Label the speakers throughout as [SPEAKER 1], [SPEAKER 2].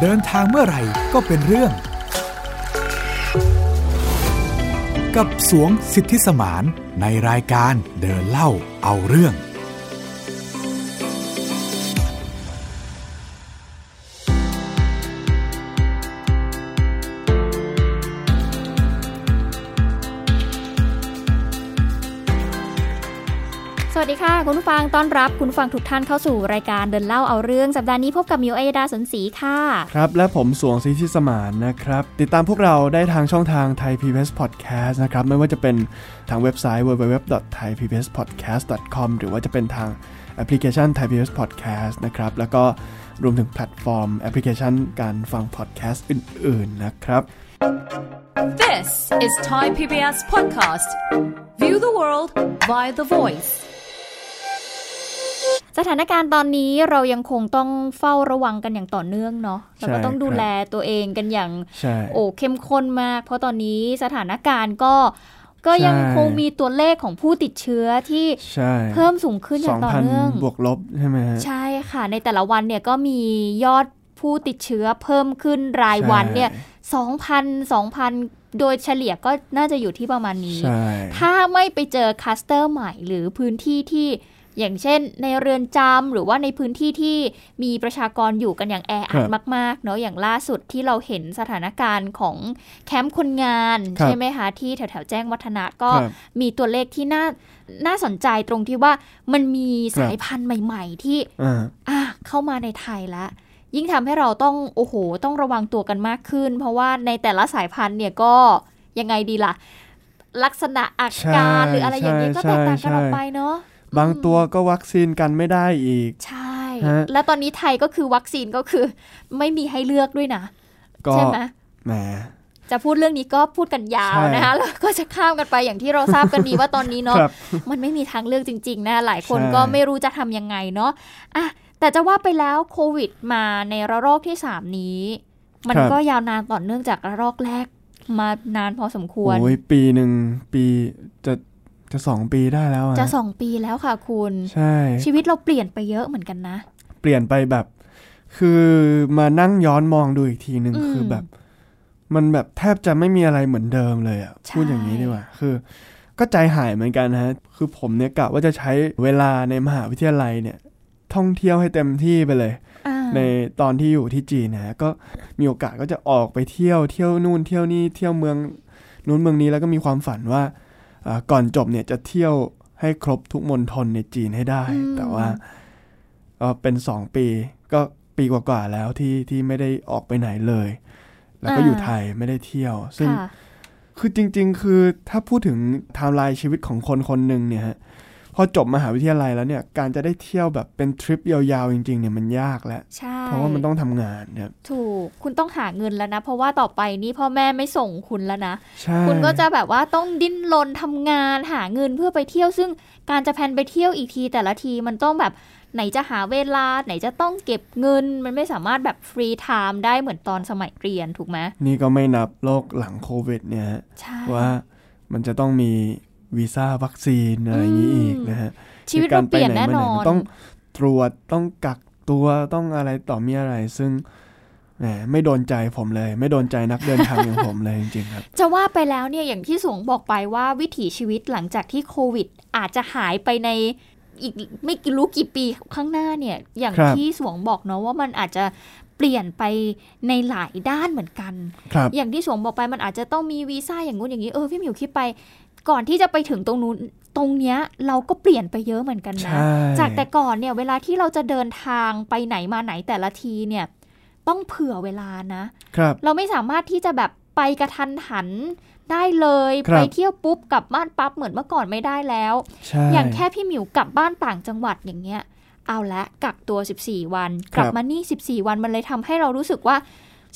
[SPEAKER 1] เดินทางเมื่อไหร่ก็เป็นเรื่อง กับสวงสิทธิสมานในรายการเดินเล่าเอาเรื่อง
[SPEAKER 2] สวัสดีค่ะ คุณผู้ฟังต้อนรับคุณผู้ฟังทุกท่านเข้าสู่รายการเดินเล่าเอาเรื่อง สัปดาห์นี้พบกับมิวอัยดาสนศรีค่ะ
[SPEAKER 3] ครับ และผมสวงศรีชิสมานนะครับ ติดตามพวกเราได้ทางช่องทาง Thai PBS Podcast นะครับ ไม่ว่าจะเป็นทางเว็บไซต์ www.thaipbspodcast.com หรือว่าจะเป็นทางแอปพลิเคชัน Thai PBS Podcast นะครับ แล้วก็รวมถึงแพลตฟอร์มแอปพลิเคชันการฟังพอดแคสต์อื่น ๆ นะครับ
[SPEAKER 4] This is Thai PBS Podcast. View the world via the voice.
[SPEAKER 2] สถานการณ์ตอนนี้เรายังคงต้องเฝ้าระวังกันอย่างต่อเนื่องเนาะแล้วก็
[SPEAKER 3] ใช่
[SPEAKER 2] ต้องดู
[SPEAKER 3] ครับ
[SPEAKER 2] แลตัวเองกันอย่าง
[SPEAKER 3] ใช่
[SPEAKER 2] โอ้เข้มข้นมาก เพราะตอนนี้สถานการณ์ก็ก็ยัง
[SPEAKER 3] ใช่
[SPEAKER 2] คงมีตัวเลขของผู้ติดเชื้อที่
[SPEAKER 3] ใช่
[SPEAKER 2] เพิ่มสูงขึ้นอย่างต่อเนื่อง
[SPEAKER 3] 2,000 บวกลบใช่ไหมฮะ
[SPEAKER 2] ใช่ค่ะ ในแต่ละวันเนี่ยก็มียอดผู้ติดเชื้อเพิ่มขึ้นรายวันเนี่ย
[SPEAKER 3] ใช่
[SPEAKER 2] 2,000 2,000 โดยเฉลี่ยก็น่าจะอยู่ที่ประมาณนี้
[SPEAKER 3] ใช่
[SPEAKER 2] ถ้าไม่ไปเจอคลัสเตอร์ใหม่หรือพื้นที่ที่ อย่างเช่น ในเรือนจำหรือว่าในพื้นที่ที่มีประชากรอยู่กันอย่างแออัด
[SPEAKER 3] ครับ
[SPEAKER 2] มากๆเนาะอย่างล่าสุดที่เราเห็นสถานการณ์ของแคมป์คนงาน
[SPEAKER 3] ครับ
[SPEAKER 2] ใช่ไหมคะ ที่แถวๆแจ้งวัฒนะก็
[SPEAKER 3] ครับ
[SPEAKER 2] มีตัวเลขที่น่าน่าสนใจตรงที่ว่ามันมี
[SPEAKER 3] ครับ
[SPEAKER 2] สายพันธุ์ใหม่ ๆ ที่
[SPEAKER 3] อ่า
[SPEAKER 2] อ่ะเข้ามาในไทยละยิ่งทำให้เราต้องโอ้โห ต้องระวังตัวกันมากขึ้น เพราะว่าในแต่ละสายพันธุ์เนี่ยก็ยังไงดีล่ะ ลักษณะอาการ
[SPEAKER 3] ใช่
[SPEAKER 2] หรืออะไรอย่างนี้ยก็แตกต่างกัน
[SPEAKER 3] ใช่
[SPEAKER 2] ออกไปเนาะ
[SPEAKER 3] บางตัวก็วัคซีนกันไม่ได้อีก
[SPEAKER 2] ใช่
[SPEAKER 3] ฮะ
[SPEAKER 2] และตอนนี้ไทยก็คือวัคซีนก็คือ ไม่มีให้เลือกด้วยนะ
[SPEAKER 3] ก็
[SPEAKER 2] ใช่ไหม
[SPEAKER 3] แหม
[SPEAKER 2] จะพูดเรื่องนี้ก็พูดกันยาว
[SPEAKER 3] ใช่
[SPEAKER 2] นะคะแล้วก็จะข้ามกันไปอย่างที่เราทราบกันดีว่าตอนนี้เนาะ
[SPEAKER 3] ครับ
[SPEAKER 2] มันไม่มีทางเลือกจริง ๆ นะ หลายคน
[SPEAKER 3] ใช่
[SPEAKER 2] ก็ไม่รู้จะทำยังไงเนาะอ่ะแต่จะว่าไปแล้วโควิดมาในระลอกที่ 3 นี้ มัน
[SPEAKER 3] ครับ
[SPEAKER 2] ก็ยาวนานต่อเนื่องจากระลอกแรกมานานพอสมควร
[SPEAKER 3] โอ้ยปีหนึ่งปีจะจะสองปีได้แล้วอ
[SPEAKER 2] จะ 2 ปีแล้วค่ะคุณ
[SPEAKER 3] ใช่
[SPEAKER 2] ชีวิตเราเปลี่ยนไปเยอะเหมือนกันนะ
[SPEAKER 3] เปลี่ยนไปแบบ คือมานั่งย้อนมองดูอีกทีหนึ่ง
[SPEAKER 2] อืม
[SPEAKER 3] คือแบบ มันแบบแทบจะไม่มีอะไรเหมือนเดิมเลยอะ
[SPEAKER 2] ใช่
[SPEAKER 3] พูดอย่างนี้ดีกว่าคือ ก็ใจหายเหมือนกันนะฮะคือผมเนี่ยกะว่าจะใช้เวลาในมหาวิทยาลัยเนี่ย ท่องเที่ยวให้เต็มที่ไปเลย
[SPEAKER 2] อ่า
[SPEAKER 3] ในตอนที่อยู่ที่จีนนะฮะก็มีโอกาสก็จะออกไปเที่ยวเที่ยวนู่นเที่ยวนี่เที่ยวเมืองนู้นเมืองนี้แล้วก็มีความฝันว่าอ่าก่อนจบเนี่ยจะเที่ยวให้ครบทุกมณฑลในจีนให้ได้ แต่ว่าเอ่อเป็นสองปีก็ปีกว่าๆแล้วที่ที่ไม่ได้ออกไปไหนเลย แล้วก็อยู่ไทยไม่ได้เที่ยว ซึ่ง
[SPEAKER 2] ค่ะ
[SPEAKER 3] คือจริงๆ คือถ้าพูดถึงไทม์ไลน์ชีวิตของคนคนหนึ่งเนี่ยฮะพอจบมหาวิทยาลัยแล้วเนี่ยการจะได้เที่ยวแบบเป็นทริปยาวๆ จริงๆเนี่ยมันยากแล้ว
[SPEAKER 2] ใช่
[SPEAKER 3] เพราะว่ามันต้องทำงานนะครับ
[SPEAKER 2] ถูกคุณต้องหาเงินแล้วนะ เพราะว่าต่อไปนี้พ่อแม่ไม่ส่งคุณแล้วนะ
[SPEAKER 3] ใช่
[SPEAKER 2] คุณก็จะแบบว่าต้องดิ้นรนทำงานหาเงินเพื่อไปเที่ยว ซึ่งการจะแพลนไปเที่ยวอีกที แต่ละทีมันต้องแบบไหนจะหาเวลา ไหนจะต้องเก็บเงิน มันไม่สามารถแบบฟรีไทม์ได้เหมือนตอนสมัยเรียนถูกไหม
[SPEAKER 3] นี่ก็ไม่นับโลกหลังโควิดเนี่ยฮะ
[SPEAKER 2] ใช่
[SPEAKER 3] ว่ามันจะต้องมีวีซ่าวัคซีนอะไรอย่างนี้อีกนะฮะ
[SPEAKER 2] ชีวิตมันเปลี่ยนแน่นอน
[SPEAKER 3] ต้องตรวจต้องกักตัวต้องอะไรต่อมีอะไร ซึ่งแหมไม่โดนใจผมเลย ไม่โดนใจนักเดินทางอย่างผมเลยจริง ๆครับ
[SPEAKER 2] จะว่าไปแล้วเนี่ยอย่างที่สวงบอกไปว่าวิถีชีวิตหลังจากที่โควิด อาจจะหายไปในอีกไม่กี่รู้กี่ปีข้างหน้าเนี่ย อย่าง
[SPEAKER 3] ครับ
[SPEAKER 2] ที่สวงบอกเนาะว่ามันอาจจะเปลี่ยนไปในหลายด้านเหมือนกัน
[SPEAKER 3] ครับ
[SPEAKER 2] อย่างที่สวงบอกไปมันอาจจะต้องมีวีซ่าอย่างงู้นอย่างนี้เออพี่หมิวคิดไป ก่อนที่จะไปถึงตรงนู้นตรงเนี้ยเราก็เปลี่ยนไปเยอะเหมือนกันนะ
[SPEAKER 3] ใช่
[SPEAKER 2] จากแต่ก่อนเนี่ยเวลาที่เราจะเดินทางไปไหนมาไหนแต่ละทีเนี่ยต้องเผื่อเวลานะ
[SPEAKER 3] ครับ
[SPEAKER 2] เราไม่สามารถที่จะแบบไปกระทันหันได้เลย
[SPEAKER 3] ครับ
[SPEAKER 2] ไปเที่ยวปุ๊บกลับบ้านปั๊บเหมือนเมื่อก่อนไม่ได้แล้ว
[SPEAKER 3] ใช่
[SPEAKER 2] อย่างแค่พี่หมิวกลับบ้านต่างจังหวัดอย่างเงี้ย เอาละกักตัว 14 วัน
[SPEAKER 3] ค
[SPEAKER 2] ก
[SPEAKER 3] รับ
[SPEAKER 2] ลับมานี่ 14 วันมันเลยทำให้เรารู้สึกว่า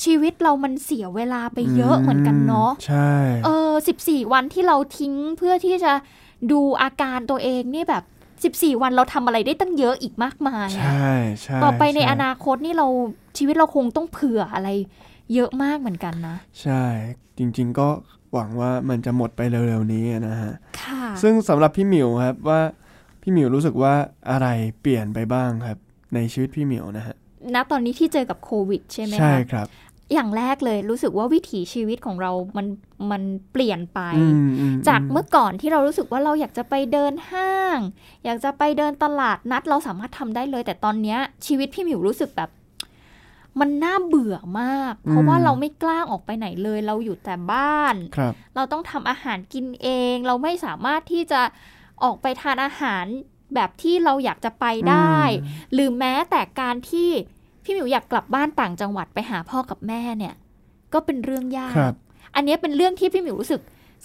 [SPEAKER 2] ชีวิตเรามันเสียเวลาไปเยอะเหมือนกันเนาะ
[SPEAKER 3] ใช่
[SPEAKER 2] เออ 14 วันที่เราทิ้งเพื่อที่จะดูอาการตัวเองนี่แบบ 14 วันเราทำอะไรได้ตั้งเยอะอีกมากมายอะ
[SPEAKER 3] ใช่ใช่
[SPEAKER 2] ต่อไปใน
[SPEAKER 3] ช่
[SPEAKER 2] อนาคตนี่เราชีวิตเราคงต้องเผื่ออะไร เยอะมากเหมือนกันนะ
[SPEAKER 3] ใช่ จริง ๆ ก็หวังว่ามันจะหมดไปเร็วๆนี้นะฮะ
[SPEAKER 2] ค่ะ
[SPEAKER 3] ซึ่งสำหรับพี่หมิวครับว่าพี่หมิวรู้สึกว่าอะไรเปลี่ยนไปบ้างครับ ในชีวิตพี่หมิวนะฮะ
[SPEAKER 2] ณตอนนี้ที่เจอกับโควิดใช่ไหม
[SPEAKER 3] ใช่
[SPEAKER 2] คะ
[SPEAKER 3] ครับ
[SPEAKER 2] อย่างแรกเลยรู้สึกว่าวิถีชีวิตของเรามันมันเปลี่ยนไป
[SPEAKER 3] อืมอืม
[SPEAKER 2] จากเมื่อก่อนที่เรารู้สึกว่าเราอยากจะไปเดินห้าง อยากจะไปเดินตลาดนัดเราสามารถทำได้เลย แต่ตอนเนี้ยชีวิตพี่หมิวรู้สึกแบบ มันน่าเบื่อมาก เพราะว่าเราไม่กล้าออกไปไหนเลย เราอยู่แต่บ้าน
[SPEAKER 3] ครับ
[SPEAKER 2] เราต้องทำอาหารกินเอง เราไม่สามารถที่จะออกไปทานอาหารแบบที่เราอยากจะไปได้
[SPEAKER 3] อืม
[SPEAKER 2] หรือแม้แต่การที่พี่หมิวอยากกลับบ้านต่างจังหวัดไปหาพ่อกับแม่เนี่ย ก็เป็นเรื่องยาก
[SPEAKER 3] ครับ
[SPEAKER 2] อันเนี้ยเป็นเรื่องที่พี่หมิวรู้สึก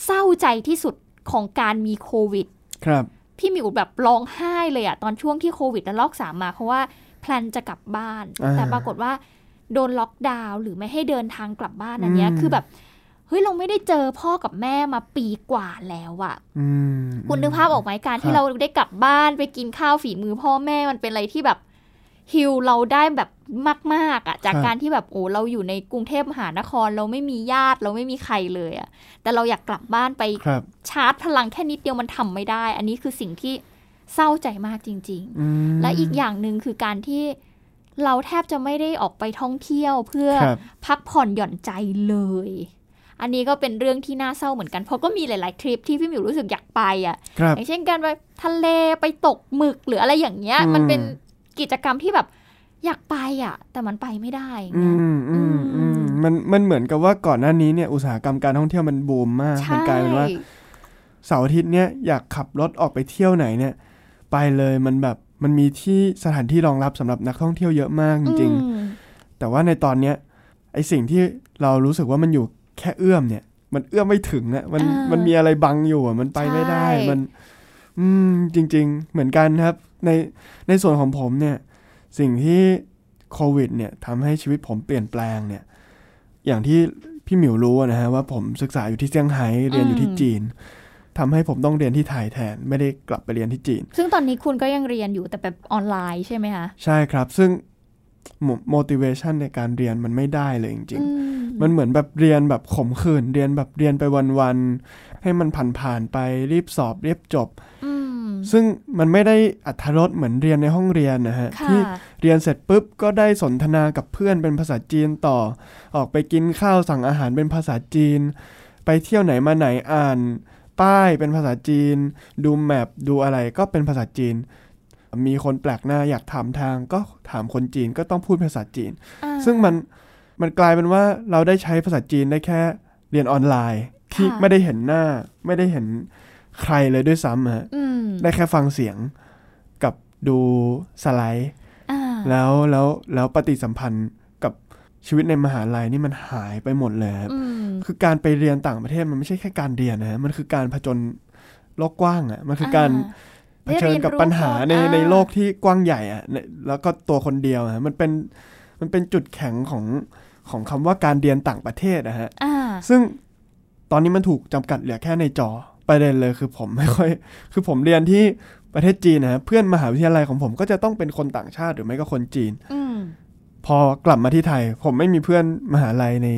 [SPEAKER 2] เศร้าใจที่สุดของการมีโควิด
[SPEAKER 3] ครับ
[SPEAKER 2] พี่หมิวแบบร้องไห้เลยอะตอนช่วงที่โควิดระลอกสามมา เพราะว่าแพลนจะกลับบ้าน
[SPEAKER 3] อ่า
[SPEAKER 2] แต่ปรากฏว่าโดนล็อกดาวน์หรือไม่ให้เดินทางกลับบ้านอันเนี้ย
[SPEAKER 3] อืม
[SPEAKER 2] คือแบบเฮ้ยเราไม่ได้เจอพ่อกับแม่มาปีกว่าแล้วอะ
[SPEAKER 3] อืม
[SPEAKER 2] คุณนึกภาพออกไหมการ
[SPEAKER 3] ค
[SPEAKER 2] ที่
[SPEAKER 3] รับ
[SPEAKER 2] เราได้กลับบ้านไปกินข้าวฝีมือพ่อแม่มันเป็นอะไรที่แบบฮิลเราได้แบบมากๆอะจากการที่แบบโอ้เราอยู่ในกรุงเทพมหานคร เราไม่มีญาติเราไม่มีใครเลยอะแต่เราอยากกลับบ้านไป
[SPEAKER 3] ครับ
[SPEAKER 2] ชาร์จพลังแค่นิดเดียวมันทำไม่ได้ อันนี้คือสิ่งที่เศร้าใจมากจริง
[SPEAKER 3] อืม
[SPEAKER 2] ๆ และอีกอย่างหนึ่งคือการที่เราแทบจะไม่ได้ออกไปท่องเที่ยวเพื่อ
[SPEAKER 3] ครับ
[SPEAKER 2] พักผ่อนหย่อนใจเลย อันนี้ก็เป็นเรื่องที่น่าเศร้าเหมือนกัน เพราะก็มีหลาย ๆ ทริปที่พี่หมิวรู้สึกอยากไปอ่ะ
[SPEAKER 3] ครับ
[SPEAKER 2] อย่างเช่นการไปทะเลไปตกหมึกหรืออะไรอย่างเงี้ย
[SPEAKER 3] อืม
[SPEAKER 2] มันเป็นกิจกรรมที่แบบอยากไปอ่ะ แต่มันไปไม่ได้อย่าง
[SPEAKER 3] อื
[SPEAKER 2] เงี้ย
[SPEAKER 3] มอืม
[SPEAKER 2] อื
[SPEAKER 3] อื
[SPEAKER 2] ม
[SPEAKER 3] มมันมันเหมือนกับว่าก่อนหน้านี้เนี่ยอุตสาหกรรมการท่องเที่ยวมันบูมมาก มั
[SPEAKER 2] ใช่
[SPEAKER 3] นกลายเป็นว่าเสาร์อาทิตย์เนี่ยอยากขับรถออกไปเที่ยวไหนเนี่ย ไปเลยมันแบบมันมีที่สถานที่รองรับสำหรับนักท่องเที่ยวเยอะมากจริง
[SPEAKER 2] อืม
[SPEAKER 3] ๆ แต่ว่าในตอนเนี้ยไอสิ่งที่เรารู้สึกว่ามันอยู่แค่เอื้อมเนี่ย มันเอื้อมไม่ถึงอะมัน
[SPEAKER 2] อ่ามั
[SPEAKER 3] มันมีอะไรบังอยู่อะมันไปไม่ได้
[SPEAKER 2] ใช่
[SPEAKER 3] มัน อืมจริง ๆ เหมือนกันครับ ในในส่วนของผมเนี่ย สิ่งที่โควิดเนี่ยทำให้ชีวิตผมเปลี่ยนแปลงเนี่ย อย่างที่พี่หมิวรู้อะนะฮะว่าผมศึกษาอยู่ที่เซี่ยงไฮ้เรียนอยู่ที่จีนทำให้ผมต้องเรียนที่ไทยแทน ไม่ได้กลับไปเรียนที่จีน
[SPEAKER 2] ซึ่งตอนนี้คุณก็ยังเรียนอยู่แต่แบบออนไลน์ใช่ไหมคะ
[SPEAKER 3] ใช่ครับ ซึ่ง mo- motivation ในการเรียนมันไม่ได้เลยจริง
[SPEAKER 2] อื
[SPEAKER 3] ๆ มันเหมือนแบบเรียนแบบขมขื่นเรียนแบบเรียนไปวันๆให้มันผ่านๆไปรีบสอบเรียบจบ
[SPEAKER 2] อืม
[SPEAKER 3] ซึ่งมันไม่ได้อัธรสเหมือนเรียนในห้องเรียนนะฮะ
[SPEAKER 2] ค่ะ
[SPEAKER 3] ที่เรียนเสร็จปุ๊บก็ได้สนทนากับเพื่อนเป็นภาษาจีนต่อ ออกไปกินข้าวสั่งอาหารเป็นภาษาจีน ไปเที่ยวไหนมาไหนอ่าน ป้ายเป็นภาษาจีน ดูแมปดูอะไรก็เป็นภาษาจีน มีคนแปลกหน้าอยากถามทาง ก็ถามคนจีนก็ต้องพูดภาษาจีน
[SPEAKER 2] อ่า
[SPEAKER 3] ซึ่งมันมันกลายเป็นว่าเราได้ใช้ภาษาจีนได้แค่เรียนออนไลน์ ที่
[SPEAKER 2] ค่ะ
[SPEAKER 3] ไม่ได้เห็นหน้า ไม่ได้เห็นใครเลยด้วยซ้ำฮะ
[SPEAKER 2] อืม
[SPEAKER 3] ได้แค่ฟังเสียงกับดูสไลด์
[SPEAKER 2] อ่า
[SPEAKER 3] แล้วแล้วแล้วปฏิสัมพันธ์กับชีวิตในมหาลัยนี่มันหายไปหมดเลยครับ
[SPEAKER 2] อืม
[SPEAKER 3] คือการไปเรียนต่างประเทศมันไม่ใช่แค่การเรียนนะฮะมันคือการผจญโลกกว้างอ่ะมันคือการเผ
[SPEAKER 2] ได้เรียนรู้
[SPEAKER 3] ชิญกับปัญหาใน
[SPEAKER 2] ก่อนอ่า
[SPEAKER 3] ในโลกที่กว้างใหญ่อ่ะในแล้วก็ตัวคนเดียวอะฮะมันเป็นมันเป็นจุดแข็งของของคำว่าการเรียนต่างประเทศนะฮะ
[SPEAKER 2] อ่า
[SPEAKER 3] ซึ่งตอนนี้มันถูกจำกัดเหลือแค่ในจอประเด็นเลยคือผมไม่ค่อย คือผมเรียนที่ประเทศจีนนะฮะเพื่อนมหาวิทยาลัยของผมก็จะต้องเป็นคนต่างชาติหรือไม่ก็คนจีน
[SPEAKER 2] อืม
[SPEAKER 3] พอกลับมาที่ไทย ผมไม่มีเพื่อนมหาลัยใน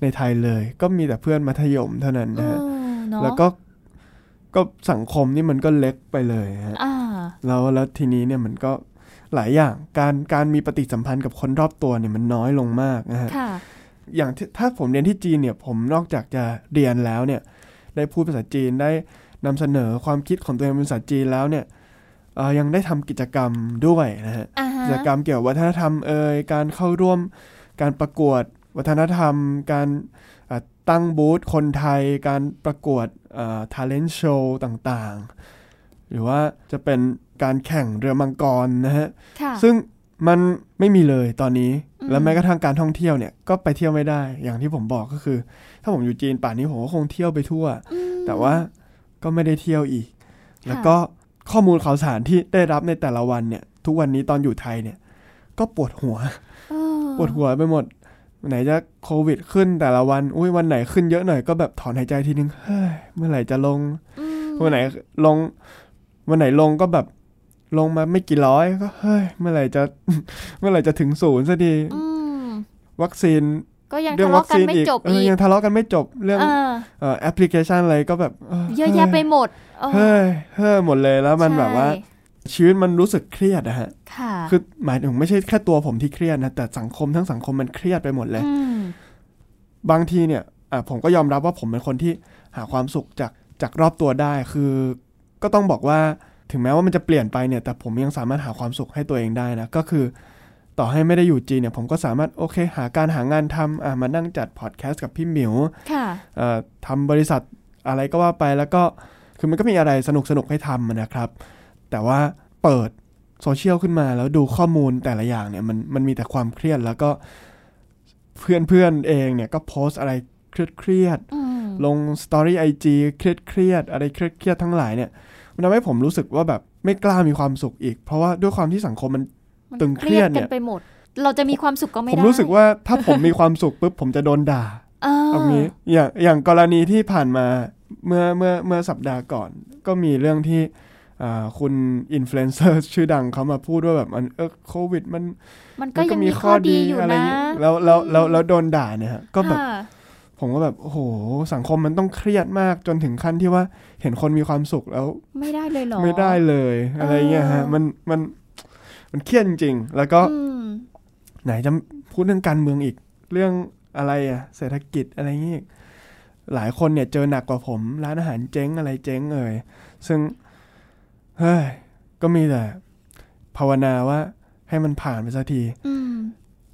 [SPEAKER 3] ในไทยเลย ก็มีแต่เพื่อนมัธยมเท่านั้น
[SPEAKER 2] เอ
[SPEAKER 3] นะฮะ
[SPEAKER 2] อเนาะ
[SPEAKER 3] แล้วก็ก็สังคมนี่มันก็เล็กไปเลยฮะ
[SPEAKER 2] อ่า
[SPEAKER 3] แล้วแล้วทีนี้เนี่ยมันก็หลายอย่างการการมีปฏิสัมพันธ์กับคนรอบตัวเนี่ยมันน้อยลงมากนะฮะ
[SPEAKER 2] ค่ะ
[SPEAKER 3] อย่างที่ถ้าผมเรียนที่จีนเนี่ย ผมนอกจากจะเรียนแล้วเนี่ย ได้พูดภาษาจีนได้นำเสนอความคิดของตัวเองเป็นภาษาจีนแล้วเนี่ยเอ่อยังได้ทำกิจกรรมด้วยนะฮะ
[SPEAKER 2] อ่าฮะ
[SPEAKER 3] กิจกรรมเกี่ยวกับวัฒนธรรมเอ่ยการเข้าร่วมการประกวดวัฒนธรรม การเอ่อตั้งบูธคนไทย การประกวดเอ่อ talent show ต่างๆ หรือว่าจะเป็นการแข่งเรือมังกรนะฮะ
[SPEAKER 2] ค่ะ
[SPEAKER 3] ซึ่งมันไม่มีเลยตอนนี้
[SPEAKER 2] อืม
[SPEAKER 3] แล้วแม้กระทั่งการท่องเที่ยวเนี่ยก็ไปเที่ยวไม่ได้ อย่างที่ผมบอกก็คือ ถ้าผมอยู่จีนป่านนี้ผมก็คงเที่ยวไปทั่ว
[SPEAKER 2] อืม
[SPEAKER 3] แต่ว่าก็ไม่ได้เที่ยวอีก แล้วก็ข้อมูลข่าวสารที่ได้รับในแต่ละวันเนี่ย ทุกวันนี้ตอนอยู่ไทยเนี่ย ก็ปวดหัว
[SPEAKER 2] เออ
[SPEAKER 3] ปวดหัวไปหมด ไหนจะโควิดขึ้นแต่ละวัน อุ้ยวันไหนขึ้นเยอะหน่อยก็แบบถอนหายใจทีนึงเฮ้ยเมื่อไหร่จะลง
[SPEAKER 2] อืม
[SPEAKER 3] วันไหนลงวันไหนลงก็แบบลงมาไม่กี่ร้อยก็เฮ้ยเมื่อไหร่จะ เมื่อไหร่จะถึงศูนย์สักที
[SPEAKER 2] อืม
[SPEAKER 3] วัคซีน
[SPEAKER 2] ก็ยัง
[SPEAKER 3] เรื่
[SPEAKER 2] ทะเลาะ
[SPEAKER 3] วั
[SPEAKER 2] กัน
[SPEAKER 3] ซี
[SPEAKER 2] ไม่จบ
[SPEAKER 3] เอ
[SPEAKER 2] อี
[SPEAKER 3] อก ยังทะเลาะกันไม่จบเรื่อง
[SPEAKER 2] เออ
[SPEAKER 3] เอ่อแอปพลิเคชันอะไรก็แบบ
[SPEAKER 2] เยอะแยะไปหมดเออ
[SPEAKER 3] เฮ้ยเฮ้ยเฮ้ยหมดเลยแล้วมันแบบว่า
[SPEAKER 2] ใช่
[SPEAKER 3] ชีวิตมันรู้สึกเครียดนะฮะ
[SPEAKER 2] ค่ะ
[SPEAKER 3] คือหมายถึงไม่ใช่แค่ตัวผมที่เครียดนะ แต่สังคมทั้งสังคมมันเครียดไปหมดเลย
[SPEAKER 2] ม
[SPEAKER 3] บางทีเนี่ยอ่ะผมก็ยอมรับว่าผมเป็นคนที่หาความสุขจากจากรอบตัวได้ คือ ก็ต้องบอกว่าถึงแม้ว่ามันจะเปลี่ยนไปเนี่ย แต่ผมยังสามารถหาความสุขให้ตัวเองได้นะ ก็คือ ต่อให้ไม่ได้อยู่จีนเนี่ย ผมก็สามารถโอเค หาการหางานทำอ่ะมานั่งจัดพอดแคสต์กับพี่หมิว
[SPEAKER 2] ค่ะ
[SPEAKER 3] เอ่อทำบริษัทอะไรก็ว่าไปแล้วก็คือมันก็มีอะไรสนุกสนุกๆให้ทำอะนะครับ แต่ว่าเปิดโซเชียลขึ้นมาแล้วดูข้อมูลแต่ละอย่างเนี่ยมันมันมีแต่ความเครียดแล้วก็เพื่อนเพื่อนๆเองเนี่ยก็โพสต์อะไรเครียด
[SPEAKER 2] อืม
[SPEAKER 3] ๆลงสตอรี่ไอจีเครียดเครียดๆอะไรเครียดเครียดๆทั้งหลายเนี่ยมันทำให้ผมรู้สึกว่าแบบไม่กล้ามีความสุขอีก เพราะว่าด้วยความที่สังคมมัน
[SPEAKER 2] มัน
[SPEAKER 3] ตึงเครียดเนี่ย
[SPEAKER 2] กันไปหมด เราจะมีความสุขก็ไม่
[SPEAKER 3] ผ
[SPEAKER 2] ได้
[SPEAKER 3] มรู้สึกว่าถ้าผมมีความสุขปุ๊บผมจะโดนด่า
[SPEAKER 2] เออ
[SPEAKER 3] เอางี้อย่างอย่างกรณีที่ผ่านมาเมื่อเมื่อเมื่อสัปดาห์ก่อน ก็มีเรื่องที่อ่าคุณอินฟลูเอนเซอร์ชื่อดังเขามาพูดว่าแบบมันเออโควิดมัน
[SPEAKER 2] มันก็ยังมีข้อดีอยู่นะ
[SPEAKER 3] เงี้แล้วแล้วแล้วแล้วโดนด่าเนี่ยฮะก็แบบ
[SPEAKER 2] ค่ะ
[SPEAKER 3] ผมก็แบบโอ้โหสังคมมันต้องเครียดมากจนถึงขั้นที่ว่าเห็นคนมีความสุขแล้ว
[SPEAKER 2] ไม่ได้เลยเหรอ
[SPEAKER 3] ไม่ได้เลยอะไรเงี้ยฮะ
[SPEAKER 2] เออ
[SPEAKER 3] มันมันมันเครียดจริง ๆ แล้วก็
[SPEAKER 2] อืม
[SPEAKER 3] ไหนจะพูดเรื่องการเมืองอีกเรื่องอะไรอะเศรษฐกิจอะไรเงี้ย หลายคนเนี่ยเจอหนักกว่าผม ร้านอาหารเจ๊งอะไรเจ๊งเอ่ยซึ่งเฮ้ยก็มีแต่ภาวนาว่าให้มันผ่านไปสักที
[SPEAKER 2] อืม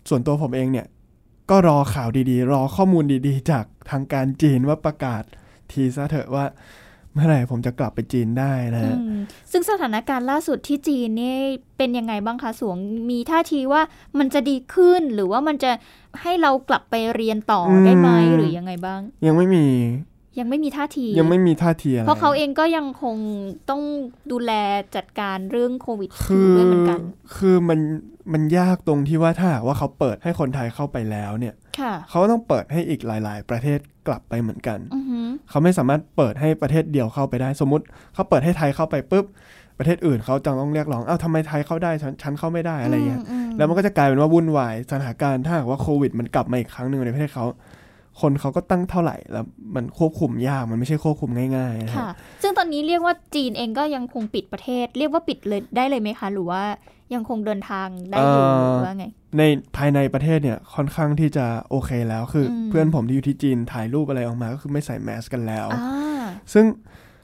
[SPEAKER 3] ส่วนตัวผมเองเนี่ย ก็รอข่าวดีๆ รอข้อมูลดีๆ จากทางการจีนว่าประกาศทีซะเถอะว่า เมื่อไหร่ผมจะกลับไปจีนได้นะ
[SPEAKER 2] อื
[SPEAKER 3] ฮะ
[SPEAKER 2] มซึ่งสถานการณ์ล่าสุดที่จีนนี่เป็นยังไงบ้างคะสวงมีท่าทีว่ามันจะดีขึ้นหรือว่ามันจะให้เรากลับไปเรียนต่ออ
[SPEAKER 3] ม
[SPEAKER 2] ได้ไหมหรือยังไงบ้าง
[SPEAKER 3] ยังไม่มี
[SPEAKER 2] ยังไม่มีท่าที
[SPEAKER 3] ยังไม่มีท่าทีอะไร
[SPEAKER 2] เพราะเขาเองก็ยังคงต้องดูแลจัดการเรื่องโควิดอ
[SPEAKER 3] คื
[SPEAKER 2] ยู่
[SPEAKER 3] อ
[SPEAKER 2] ด้วยเหมือนกัน
[SPEAKER 3] คือมันมันยากตรงที่ว่าถ้าหากว่าเขาเปิดให้คนไทยเข้าไปแล้วเนี่ย
[SPEAKER 2] ค่ะ
[SPEAKER 3] เขาต้องเปิดให้อีกหลาย ๆ ประเทศกลับไปเหมือนกัน
[SPEAKER 2] อือหือ
[SPEAKER 3] เขาไม่สามารถเปิดให้ประเทศเดียวเข้าไปได้ สมมติเขาเปิดให้ไทยเข้าไปปุ๊บ ประเทศอื่นเขาจะต้องเรียกร้องอ้าวทำไมไทยเข้าได้ฉันฉันเข้าไม่ได้อะไรเงี้ย
[SPEAKER 2] ม
[SPEAKER 3] แล้วมันก็จะกลายเป็นว่าวุ่นวายสถานการณ์ถ้าหากว่าโควิด มันกลับมาอีกครั้งหนึ่งในประเทศเขา คนเขาก็ตั้งเท่าไหร่แล้วมันควบคุมยากมันไม่ใช่ควบคุมง่ายๆนะฮะ
[SPEAKER 2] ค่ะ ซึ่งตอนนี้เรียกว่าจีนเองก็ยังคงปิดประเทศ เรียกว่าปิดเลยได้เลยไหมคะ หรือว่ายังคงเดินทางได้อยู่
[SPEAKER 3] เอ่อ
[SPEAKER 2] หรือว่าไง
[SPEAKER 3] ในภายในประเทศเนี่ยค่อนข้างที่จะโอเคแล้วคืออ
[SPEAKER 2] ม
[SPEAKER 3] เพื่อนผมที่อยู่ที่จีนถ่ายรูปอะไรออกมาก็คือไม่ใส่แมสกันแล้ว
[SPEAKER 2] อ่า
[SPEAKER 3] ซึ่ง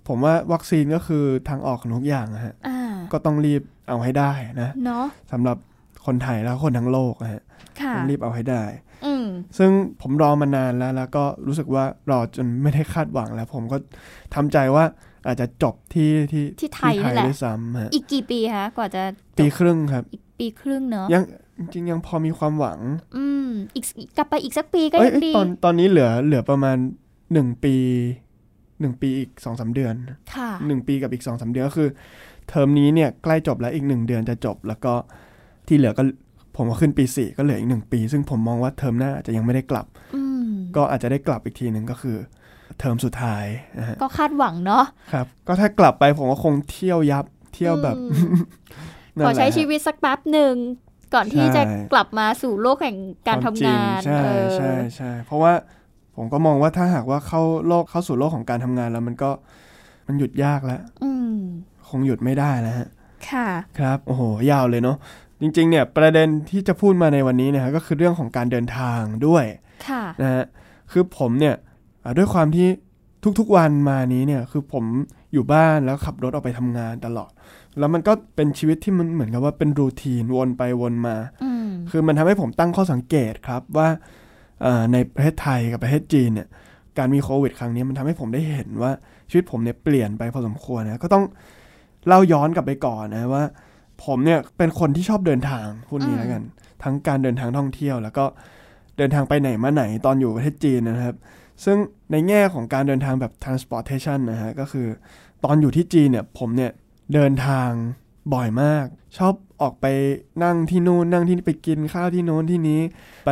[SPEAKER 3] ผมว่าวัคซีนก็คือทางออกของทุกอย่างนะฮะ
[SPEAKER 2] อ่า
[SPEAKER 3] ก็ต้องรีบเอาให้ได้นะ
[SPEAKER 2] เนาะ
[SPEAKER 3] สำหรับคนไทยแล้วคนทั้งโลกนะฮะ
[SPEAKER 2] ค่ะ
[SPEAKER 3] ต้องรีบเอาให้ได้
[SPEAKER 2] อืม
[SPEAKER 3] ซึ่งผมรอมานานแล้วแล้วก็รู้สึกว่ารอจนไม่ได้คาดหวังแล้ว ผมก็ทำใจว่าอาจจะจบที่ที่
[SPEAKER 2] ที่ไทยนี่แหละ
[SPEAKER 3] ด้วยซ้ำฮะ
[SPEAKER 2] อีกกี่ปีคะกว่าจะ
[SPEAKER 3] ปีครึ่งครับ
[SPEAKER 2] อีกปีครึ่งเนาะ
[SPEAKER 3] ยังจริงๆยังพอมีความหวัง
[SPEAKER 2] อืมอีกกลับไปอีกสักปีก็
[SPEAKER 3] เอ้ย
[SPEAKER 2] ยัง
[SPEAKER 3] เอ้ย
[SPEAKER 2] ดี
[SPEAKER 3] ตอนตอนนี้เหลือเหลือประมาณหนึ่งปีหนึ่งปีอีกสองสามเดือน
[SPEAKER 2] ค่ะ
[SPEAKER 3] หนึ่งปีกับอีกสองสามเดือนก็คือ เทอมนี้เนี่ยใกล้จบแล้วอีกหนึ่งเดือนจะจบ แล้วก็ที่เหลือก็ผมก็ขึ้นปีสี่ก็เหลืออีกหนึ่งปี ซึ่งผมมองว่าเทอมหน้าอาจจะยังไม่ได้กลับ
[SPEAKER 2] อืม
[SPEAKER 3] ก็อาจจะได้กลับอีกทีหนึ่งก็คือ เทอมสุดท้ายนะฮะ
[SPEAKER 2] ก็คาดหวังเนาะ
[SPEAKER 3] ครับ ก็ถ้ากลับไปผมก็คงเที่ยวยับเที่ยวแบบ
[SPEAKER 2] อืม
[SPEAKER 3] นั่น
[SPEAKER 2] ข
[SPEAKER 3] แห
[SPEAKER 2] อ
[SPEAKER 3] ละ
[SPEAKER 2] ใช้ชี
[SPEAKER 3] ฮะ
[SPEAKER 2] วิตสักแป๊บหนึ่ง ก่อนที่
[SPEAKER 3] ใช่
[SPEAKER 2] จะกลับมาสู่โลกแห่งการ
[SPEAKER 3] ควม
[SPEAKER 2] ทำงาน
[SPEAKER 3] จริใช่
[SPEAKER 2] เออ
[SPEAKER 3] ใช่ใช่เพราะว่าผมก็มองว่าถ้าหากว่าเข้าโลกเข้าสู่โลกของการทำงานแล้วมันก็มันหยุดยากแล้ว
[SPEAKER 2] อืม
[SPEAKER 3] คงหยุดไม่ได้แล้วฮะ
[SPEAKER 2] ค่ะ
[SPEAKER 3] ครับ โอ้โห ยาวเลยเนาะจริงๆเนี่ยประเด็นที่จะพูดมาในวันนี้เนะฮะก็คือเรื่องของการเดินทางด้วย
[SPEAKER 2] ค่ะ
[SPEAKER 3] นะฮะคือผมเนี่ยอ่าด้วยความที่ทุกๆวันมานี้เนี่ยคือผมอยู่บ้านแล้วขับรถออกไปทำงานตลอด แล้วมันก็เป็นชีวิตที่มันเหมือนกับว่าเป็นรูทีนวนไปวนมา
[SPEAKER 2] อืม
[SPEAKER 3] คือมันทำให้ผมตั้งข้อสังเกตครับว่าเอ่อในประเทศไทยกับประเทศจีนเนี่ยการมีโควิดครั้งนี้มันทำให้ผมได้เห็นว่าชีวิตผมเนี่ยเปลี่ยนไปพอสมควรนะก็ต้องเล่าย้อนกลับไปก่อนนะว่า ผมเนี่ยเป็นคนที่ชอบเดินทางพูดนี้แล้วกัน ทั้งการเดินทางท่องเที่ยว แล้วก็เดินทางไปไหนมาไหนตอนอยู่ประเทศจีนนะครับ ซึ่งในแง่ของการเดินทางแบบ transportation นะฮะก็คือ ตอนอยู่ที่จีนเนี่ยผมเนี่ยเดินทางบ่อยมาก ชอบออกไปนั่งที่นู่นนั่งที่นี่ไปกินข้าวที่โน้นที่นี้ ไป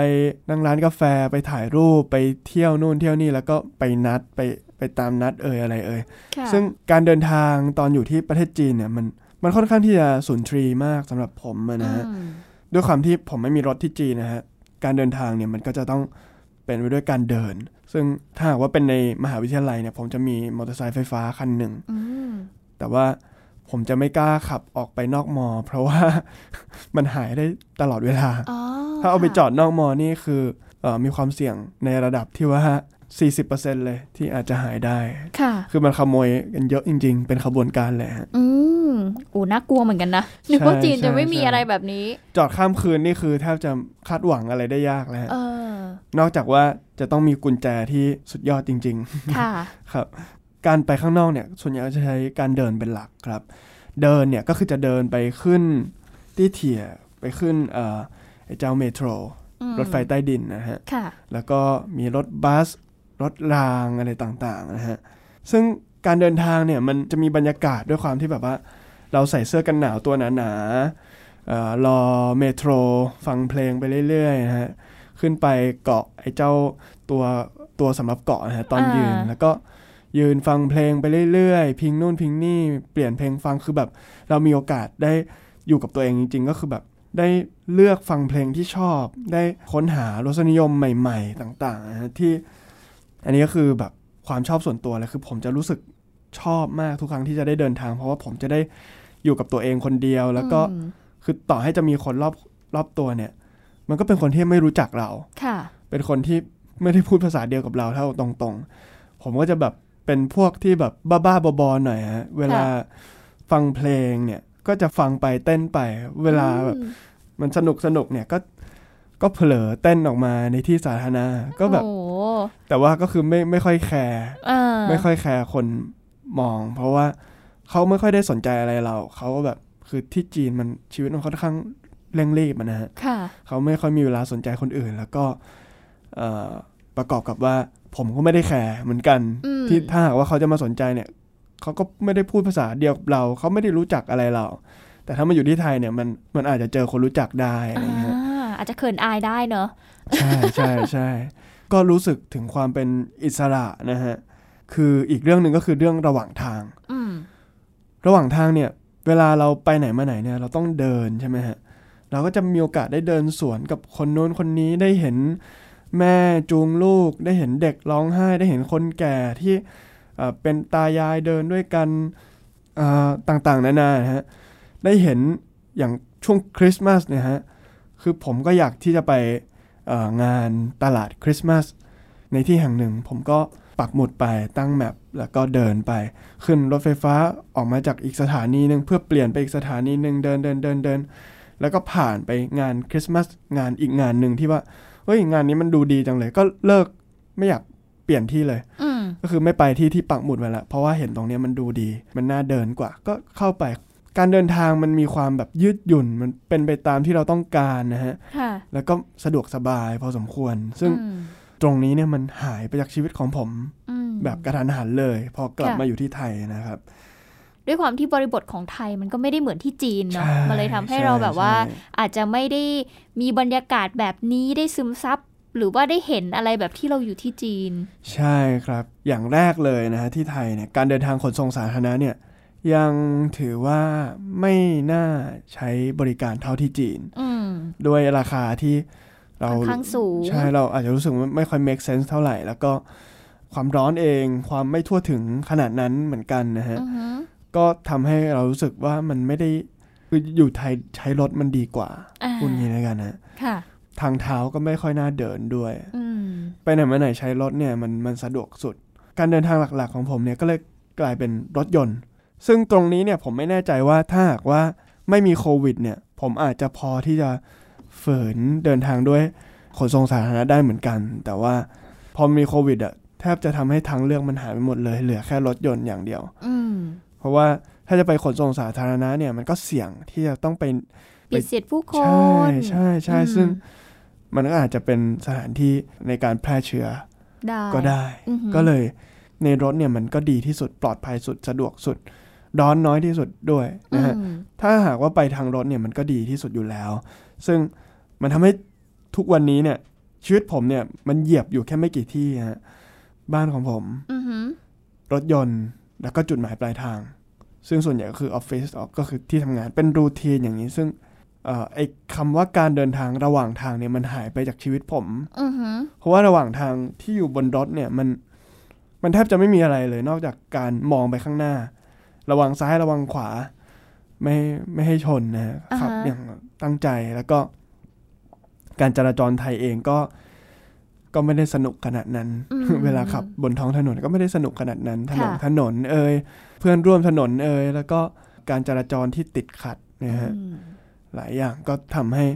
[SPEAKER 3] นั่งร้านกาแฟไปถ่ายรูปไปเที่ยวนู่นเที่ยวนี่แล้วก็ไปนัดไปไปตามนัดเอ่ยอะไรเอ่ย
[SPEAKER 2] ค่ะ
[SPEAKER 3] ซึ่งการเดินทางตอนอยู่ที่ประเทศจีนเนี่ยมันมันค่อนข้างที่จะสุนทรีมากสำหรับผมอะนะฮะ
[SPEAKER 2] อืม
[SPEAKER 3] ด้วยความที่ผมไม่มีรถที่จีนนะฮะการเดินทางเนี่ยมันก็จะต้องเป็นไปด้วยการเดิน ซึ่งถ้าหากว่าเป็นในมหาวิทยาลัยเนี่ยผมจะมีมอเตอร์ไซค์ไฟฟ้าคันหนึ่ง
[SPEAKER 2] อืม
[SPEAKER 3] แต่ว่า ผมจะไม่กล้าขับออกไปนอกมอ เพราะว่า มันหายได้ตลอดเวลา
[SPEAKER 2] อ๋อ
[SPEAKER 3] ถ้าเอาไป
[SPEAKER 2] ค่ะ
[SPEAKER 3] จอดนอกมอนี่คือเออมีความเสี่ยงในระดับที่ว่า 40%เลยที่อาจจะหายได้
[SPEAKER 2] ค่ะ
[SPEAKER 3] คือมันขโมยกันเยอะจริง ๆ เป็นขบวนการแหละฮะ
[SPEAKER 2] อืมโอ้น่ากลัวเหมือนกันนะนึกว่า
[SPEAKER 3] ใช่
[SPEAKER 2] จีนจะ
[SPEAKER 3] ใช่
[SPEAKER 2] ไม่มี
[SPEAKER 3] ใช่
[SPEAKER 2] อะไรแบบนี้
[SPEAKER 3] จอดข้ามคืนนี่คือแทบจะคาดหวังอะไรได้ยากแล้วฮะ
[SPEAKER 2] เออ
[SPEAKER 3] นอกจากว่าจะต้องมีกุญแจที่สุดยอดจริง ๆ
[SPEAKER 2] ค่ะ
[SPEAKER 3] ครับ การไปข้างนอกเนี่ยส่วนใหญ่ก็จะใช้การเดินเป็นหลักครับ เดินเนี่ยก็คือจะเดินไปขึ้นที่เถี่ยไปขึ้นเอ่อไอ้เจ้าเมโทร
[SPEAKER 2] อืม
[SPEAKER 3] รถไฟใต้ดินนะฮะ
[SPEAKER 2] ค่ะ
[SPEAKER 3] แล้วก็มีรถบัส รถรางอะไรต่างๆนะฮะ ซึ่งการเดินทางเนี่ยมันจะมีบรรยากาศด้วยความที่แบบว่า เราใส่เสื้อกันหนาวตัวหนาๆเอ่อรอเมโทรฟังเพลงไปเรื่อยๆนะฮะ ขึ้นไปเกาะไอ้เจ้าตัวตัวสำหรับเกาะนะฮะตอน
[SPEAKER 2] อ่ายื
[SPEAKER 3] ยืนแล้วก็ยืนฟังเพลงไปเรื่อยๆ พิงนู่นพิงนี่เปลี่ยนเพลงฟังคือแบบ เรามีโอกาสได้อยู่กับตัวเองจริง ๆ ก็คือแบบได้เลือกฟังเพลงที่ชอบ ได้ค้นหารสนิยมใหม่ ๆ ต่างๆนะฮะที่ อันนี้ก็คือแบบความชอบส่วนตัวเลยคือผมจะรู้สึกชอบมากทุกครั้งที่จะได้เดินทาง เพราะว่าผมจะได้อยู่กับตัวเองคนเดียวแล้วก็
[SPEAKER 2] อืม
[SPEAKER 3] คือต่อให้จะมีคนรอบรอบตัวเนี่ย มันก็เป็นคนที่ไม่รู้จักเรา
[SPEAKER 2] ค่ะ
[SPEAKER 3] เป็นคนที่ไม่ได้พูดภาษาเดียวกับเราเท่าตรงๆ ผมก็จะแบบเป็นพวกที่แบบบ้าๆบอๆหน่อยฮะ เวลาฟังเพลงเนี่ยก็จะฟังไปเต้นไป เวลาแบบ
[SPEAKER 2] อืม
[SPEAKER 3] มันสนุกสนุกๆเนี่ยก็ก็เผลอเต้นออกมาในที่สาธารณะก็แบบ
[SPEAKER 2] โอ้โห
[SPEAKER 3] แต่ว่าก็คือไม่ไม่ค่อยแคร์
[SPEAKER 2] เออ
[SPEAKER 3] ไม่ค่อยแคร์คนมอง เพราะว่าเขาไม่ค่อยได้สนใจอะไรเราเขาก็แบบคือที่จีนมันชีวิตมันค่อนข้างเร่งรีบอะนะฮะ
[SPEAKER 2] ค่ะ
[SPEAKER 3] เขาไม่ค่อยมีเวลาสนใจคนอื่น แล้วก็เอ่อประกอบกับว่าผมก็ไม่ได้แคร์เหมือนกัน
[SPEAKER 2] อืม
[SPEAKER 3] ที่ถ้าหากว่าเขาจะมาสนใจเนี่ยเขาก็ไม่ได้พูดภาษาเดียวกับเรา เขาไม่ได้รู้จักอะไรเรา แต่ถ้ามาอยู่ที่ไทยเนี่ยมันมันอาจจะเจอคนรู้จักได้อะไรเงี้ย
[SPEAKER 2] อ่าอาจจะเขินอายได้เนอะ
[SPEAKER 3] ใช่ใช่ใช่ ก็รู้สึกถึงความเป็นอิสระนะฮะคืออีกเรื่องหนึ่งก็คือเรื่องระหว่างทาง
[SPEAKER 2] อืม
[SPEAKER 3] ระหว่างทางเนี่ย เวลาเราไปไหนมาไหนเนี่ยเราต้องเดินใช่ไหมฮะ เราก็จะมีโอกาสได้เดินสวนกับคนโน้นคนนี้ได้เห็นแม่จูงลูก ได้เห็นเด็กร้องไห้ ได้เห็นคนแก่ที่เอ่อเป็นตายายเดินด้วยกันเอ่อต่างๆนานานะฮะได้เห็นอย่างช่วงคริสต์มาสเนี่ยฮะคือผมก็อยากที่จะไปเอ่องานตลาดคริสต์มาสในที่แห่งหนึ่ง ผมก็ปักหมุดไปตั้งแมปแล้วก็เดินไป ขึ้นรถไฟฟ้าออกมาจากอีกสถานีหนึ่งเพื่อเปลี่ยนไปอีกสถานีหนึ่งเดินเดินเดินเดิน แล้วก็ผ่านไปงานคริสต์มาสงานอีกงานหนึ่งที่ว่าเฮ้ยงานนี้มันดูดีจังเลย ก็เลิกไม่อยากเปลี่ยนที่เลย
[SPEAKER 2] อืม
[SPEAKER 3] ก็คือไม่ไปที่ที่ปักหมุดไว้ละเพราะว่าเห็นตรงเนี้ยมันดูดี มันน่าเดินกว่า ก็เข้าไป การเดินทางมันมีความแบบยืดหยุ่น มันเป็นไปตามที่เราต้องการนะฮะ
[SPEAKER 2] ค่ะ
[SPEAKER 3] แล้วก็สะดวกสบายพอสมควร ซึ่ง
[SPEAKER 2] อืม
[SPEAKER 3] ตรงนี้เนี่ยมันหายไปจากชีวิตของผม
[SPEAKER 2] อืม
[SPEAKER 3] แบบกระทันหันเลย พอกลับ
[SPEAKER 2] ค่ะ
[SPEAKER 3] มาอยู่ที่ไทยนะครับ
[SPEAKER 2] ด้วยความที่บริบทของไทยมันก็ไม่ได้เหมือนที่จีนเนาะ
[SPEAKER 3] ใช่
[SPEAKER 2] มันเลยทำให้
[SPEAKER 3] ใช่
[SPEAKER 2] เราแบบว่า
[SPEAKER 3] ใช่
[SPEAKER 2] อาจจะไม่ได้มีบรรยากาศแบบนี้ได้ซึมซับหรือว่าได้เห็นอะไรแบบที่เราอยู่ที่จีน
[SPEAKER 3] ใช่ครับ อย่างแรกเลยนะฮะที่ไทยเนี่ยการเดินทางขนส่งสาธารณะเนี่ยยังถือว่าไม่น่าใช้บริการเท่าที่จีน
[SPEAKER 2] อืม
[SPEAKER 3] ด้วยราคาที่เรา
[SPEAKER 2] ค่อนข้างสูง
[SPEAKER 3] ใช่เราอาจจะรู้สึกว่าไม่ค่อย make sense เท่าไหร่ แล้วก็ความร้อนเองความไม่ทั่วถึงขนาดนั้นเหมือนกันนะฮะ
[SPEAKER 2] อือฮึ
[SPEAKER 3] ก็ทำให้เรารู้สึกว่ามันไม่ได้คืออยู่ไทยใช้รถมันดีกว่า
[SPEAKER 2] อ่า
[SPEAKER 3] คุณนี้แล้วกันนะ
[SPEAKER 2] ค่ะ
[SPEAKER 3] ทางเท้าก็ไม่ค่อยน่าเดินด้วย
[SPEAKER 2] อืม
[SPEAKER 3] ไปไหนมาไหนใช้รถเนี่ยมันมันสะดวกสุด การเดินทางหลักๆของผมเนี่ยก็เลยกลายเป็นรถยนต์ ซึ่งตรงนี้เนี่ยผมไม่แน่ใจว่าถ้าหากว่าไม่มีโควิดเนี่ย ผมอาจจะพอที่จะฝืนเดินทางด้วยขนส่งสาธารณะได้เหมือนกัน แต่ว่าพอมีโควิดอะแทบจะทำให้ทางเลือกมันหายไปหมดเลย เหลือแค่รถยนต์อย่างเดียว
[SPEAKER 2] อืม
[SPEAKER 3] เพราะว่าถ้าจะไปขนส่งสาธารณะเนี่ยมันก็เสี่ยงที่จะต้องไป
[SPEAKER 2] ปิดเสียดผู้ค
[SPEAKER 3] ใช่
[SPEAKER 2] น
[SPEAKER 3] ใช่ใช่
[SPEAKER 2] อืม
[SPEAKER 3] ซึ่งมันก็อาจจะเป็นสถานที่ในการแพร่เชื้อ
[SPEAKER 2] ได้
[SPEAKER 3] ก็ได้
[SPEAKER 2] อือหือ
[SPEAKER 3] ก็เลยในรถเนี่ยมันก็ดีที่สุดปลอดภัยสุดสะดวกสุด ร้อนน้อยที่สุดด้วย
[SPEAKER 2] อื
[SPEAKER 3] นะฮะ
[SPEAKER 2] ม
[SPEAKER 3] ถ้าหากว่าไปทางรถเนี่ยมันก็ดีที่สุดอยู่แล้ว ซึ่งมันทำให้ทุกวันนี้เนี่ยชีวิตผมเนี่ยมันเหยียบอยู่แค่ไม่กี่ที่ฮะบ้านของผม
[SPEAKER 2] อือฮึ
[SPEAKER 3] รถยนต์แล้วก็จุดหมายปลายทาง ซึ่งส่วนใหญ่ก็คือออฟฟิศออกก็คือที่ทำงานเป็นรูทีนอย่างนี้ ซึ่งเอ่อไอ้คำว่าการเดินทางระหว่างทางเนี่ยมันหายไปจากชีวิตผม
[SPEAKER 2] อือฮึ
[SPEAKER 3] เพราะว่าระหว่างทางที่อยู่บนรถเนี่ยมันมันแทบจะไม่มีอะไรเลย นอกจากการมองไปข้างหน้า ระวังซ้ายระวังขวา ไม่ไม่ให้ชนนะฮะ
[SPEAKER 2] อ่าฮะ
[SPEAKER 3] ขับอย่างตั้งใจแล้วก็ การจราจรไทยเองก็ ก็ไม่ได้สนุกขนาดนั้น
[SPEAKER 2] อืม
[SPEAKER 3] เวลาขับบนท้องถนนก็ไม่ได้สนุกขนาดนั้น ถนน
[SPEAKER 2] ค่ะ
[SPEAKER 3] ถนนเอ่ยเพื่อนร่วมถนนเอ่ยแล้วก็การจราจรที่ติดขัดนะฮะ
[SPEAKER 2] อืม
[SPEAKER 3] หลายอย่างก็ทำให้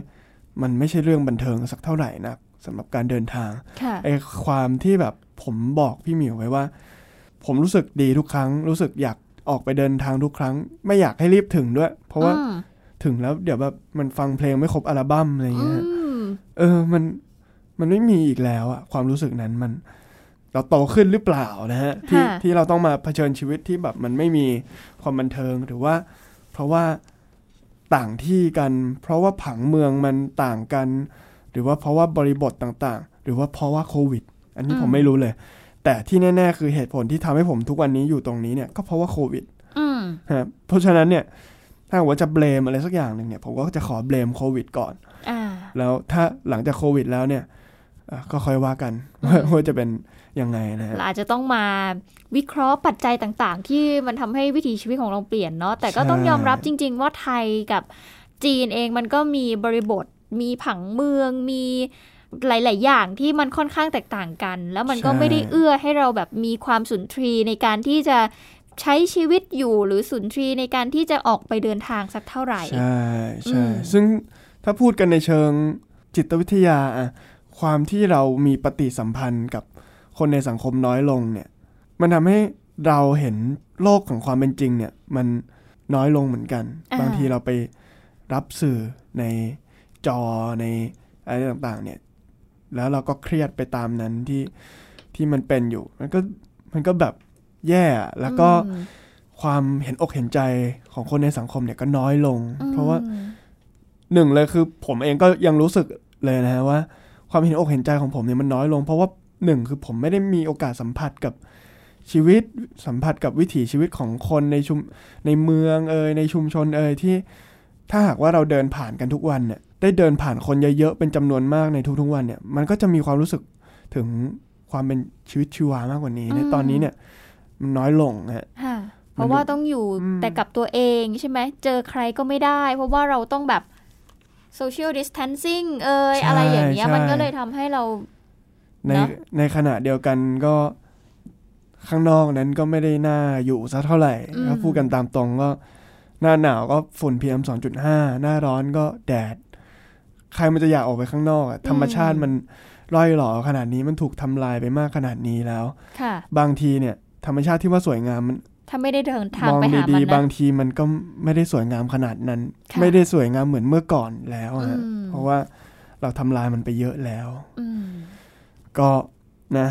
[SPEAKER 3] มันไม่ใช่เรื่องบันเทิงสักเท่าไหร่นักสำหรับการเดินทาง
[SPEAKER 2] ค่ะ
[SPEAKER 3] ไอ้ความที่แบบผมบอกพี่หมิวไว้ว่า ผมรู้สึกดีทุกครั้ง รู้สึกอยากออกไปเดินทางทุกครั้ง ไม่อยากให้รีบถึงด้วย เพราะว่า
[SPEAKER 2] อืม
[SPEAKER 3] ถึงแล้วเดี๋ยวแบบมันฟังเพลงไม่ครบอัลบั้มอะไรอย่างเงี้ย
[SPEAKER 2] อืม
[SPEAKER 3] เออมันมันไม่มีอีกแล้วอะความรู้สึกนั้นมัน เราโตขึ้นหรือเปล่านะฮะที่
[SPEAKER 2] ค่ะ
[SPEAKER 3] ที่เราต้องมาเผชิญชีวิตที่แบบมันไม่มีความบันเทิงหรือว่า เพราะว่าต่างที่กัน เพราะว่าผังเมืองมันต่างกัน หรือว่าเพราะว่าบริบทต่างๆ หรือว่าเพราะว่าโควิด อันนี้
[SPEAKER 2] อืม
[SPEAKER 3] ผมไม่รู้เลย แต่ที่แน่ ๆ คือเหตุผลที่ทำให้ผมทุกวันนี้อยู่ตรงนี้เนี่ยก็เพราะว่าโควิด
[SPEAKER 2] อืม
[SPEAKER 3] นะครับเพราะฉะนั้นเนี่ยถ้าหากว่าจะเบลมอะไรสักอย่างหนึ่งเนี่ยผมก็จะขอเบลมโควิดก่อน
[SPEAKER 2] อ่า
[SPEAKER 3] แล้วถ้าหลังจากโควิดแล้วเนี่ยอ่ะก็ค่อยว่ากันว่าว่าจะเป็นยังไงนะฮะ
[SPEAKER 2] เราอาจจะต้องมาวิเคราะห์ปัจจัยต่างๆ ที่มันทำให้วิถีชีวิตของเราเปลี่ยนเนาะแต่ก็
[SPEAKER 3] ใช่
[SPEAKER 2] ต้องยอมรับจริง ๆ ว่าไทยกับจีนเองมันก็มีบริบท มีผังเมือง มีหลาย ๆ อย่างที่มันค่อนข้างแตกต่างกัน แล้วมันก็ไม่ได้เอื้อให้เราแบบมีความสุนทรีในการที่จะใช้ชีวิตอยู่หรือสุนทรีในการที่จะออกไปเดินทางสักเท่าไหร่
[SPEAKER 3] ใช่
[SPEAKER 2] อื
[SPEAKER 3] ใช่
[SPEAKER 2] ม
[SPEAKER 3] ซึ่งถ้าพูดกันในเชิงจิตวิทยาอะความที่เรามีปฏิสัมพันธ์กับคนในสังคมน้อยลงเนี่ย มันทำให้เราเห็นโลกของความเป็นจริงเนี่ย มันน้อยลงเหมือนกัน บางทีเราไปรับสื่อในจอในอะไรต่างๆ เนี่ย แล้วเราก็เครียดไปตามนั้นที่ที่มันเป็นอยู่ มันก็มันก็แบบแย่อะแล้วก็
[SPEAKER 2] อืม
[SPEAKER 3] ความเห็นอกเห็นใจของคนในสังคมเนี่ยก็น้อยลง
[SPEAKER 2] อืม
[SPEAKER 3] เพราะว่าหนึ่งเลยคือผมเองก็ยังรู้สึกเลยนะฮะว่า ความเห็นอกเห็นใจของผมเนี่ยมันน้อยลง เพราะว่าหนึ่งคือผมไม่ได้มีโอกาสสัมผัสกับชีวิตสัมผัสกับวิถีชีวิตของคนในชุมในเมืองเอ่ยในชุมชนเอ่ยที่ ถ้าหากว่าเราเดินผ่านกันทุกวันเนี่ยได้เดินผ่านคนเยอะๆเป็นจำนวนมากในทุกๆวันเนี่ยมันก็จะมีความรู้สึกถึงความเป็นชีวิตชีวามากกว่านี้ ในตอนนี้เนี่ยมันน้อยลงฮะ
[SPEAKER 2] ค่ะเพราะว่าต้องอยู่
[SPEAKER 3] อืม
[SPEAKER 2] แต่กับตัวเองใช่ไหมเจอใครก็ไม่ได้ เพราะว่าเราต้องแบบ social distancing เอ่ย
[SPEAKER 3] ใช่
[SPEAKER 2] อะไรอย่างเงี้ย
[SPEAKER 3] ใช่
[SPEAKER 2] มันก็เลยทำให้เรา
[SPEAKER 3] ใน
[SPEAKER 2] เนอะ
[SPEAKER 3] ในขณะเดียวกันก็ข้างนอกนั้นก็ไม่ได้น่าอยู่สักเท่าไหร่ถ้าพูดกันตามตรงก็ หน้าหนาวก็ฝุ่น PM 2.5 หน้าร้อนก็แดด ใครมันจะอยากออกไปข้างนอกอะธรรมชาติมันร่อยหรอขนาดนี้มันถูกทำลายไปมากขนาดนี้แล้ว
[SPEAKER 2] ค่ะ
[SPEAKER 3] บางทีเนี่ย ธรรมชาติที่ว่าสวยงามมัน
[SPEAKER 2] ถ้าไม่ได้เดินทาง
[SPEAKER 3] มอง
[SPEAKER 2] ไปหา
[SPEAKER 3] ดี
[SPEAKER 2] มัน
[SPEAKER 3] ๆ
[SPEAKER 2] นะ
[SPEAKER 3] บางทีมันก็ไม่ได้สวยงามขนาดนั้น
[SPEAKER 2] ค่ะ
[SPEAKER 3] ไม่ได้สวยงามเหมือนเมื่อก่อนแล้วอะฮะ
[SPEAKER 2] อืม
[SPEAKER 3] เพราะว่าเราทำลายมันไปเยอะแล้ว
[SPEAKER 2] อืม
[SPEAKER 3] ก็นะ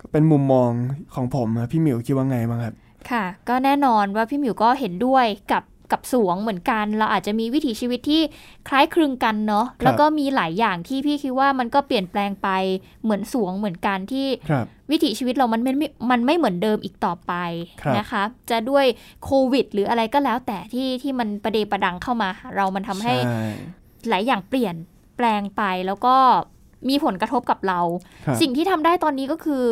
[SPEAKER 3] ก็เป็นมุมมองของผมนะพี่หมิวคิดว่าไงบ้างครับ
[SPEAKER 2] ค่ะ ก็แน่นอนว่าพี่หมิวก็เห็นด้วยกับกับสวงเหมือนกัน เราอาจจะมีวิถีชีวิตที่คล้ายคลึงกันเนาะแล้วก็มีหลายอย่างที่พี่คิดว่ามันก็เปลี่ยนแปลงไปเหมือนสวงเหมือนกันที่
[SPEAKER 3] ครับ
[SPEAKER 2] วิถีชีวิตเรามันไม่ไม่มันไม่เหมือนเดิมอีกต่อไป
[SPEAKER 3] ครับ
[SPEAKER 2] นะคะ จะด้วยโควิด หรืออะไรก็แล้วแต่ที่ที่มันประเดประดังเข้ามา เรามันทำให้
[SPEAKER 3] ช่
[SPEAKER 2] หลายอย่างเปลี่ยนแปลงไปแล้วก็มีผลกระทบกับเรา
[SPEAKER 3] ครับ
[SPEAKER 2] สิ่งที่ทำได้ตอนนี้ก็คือ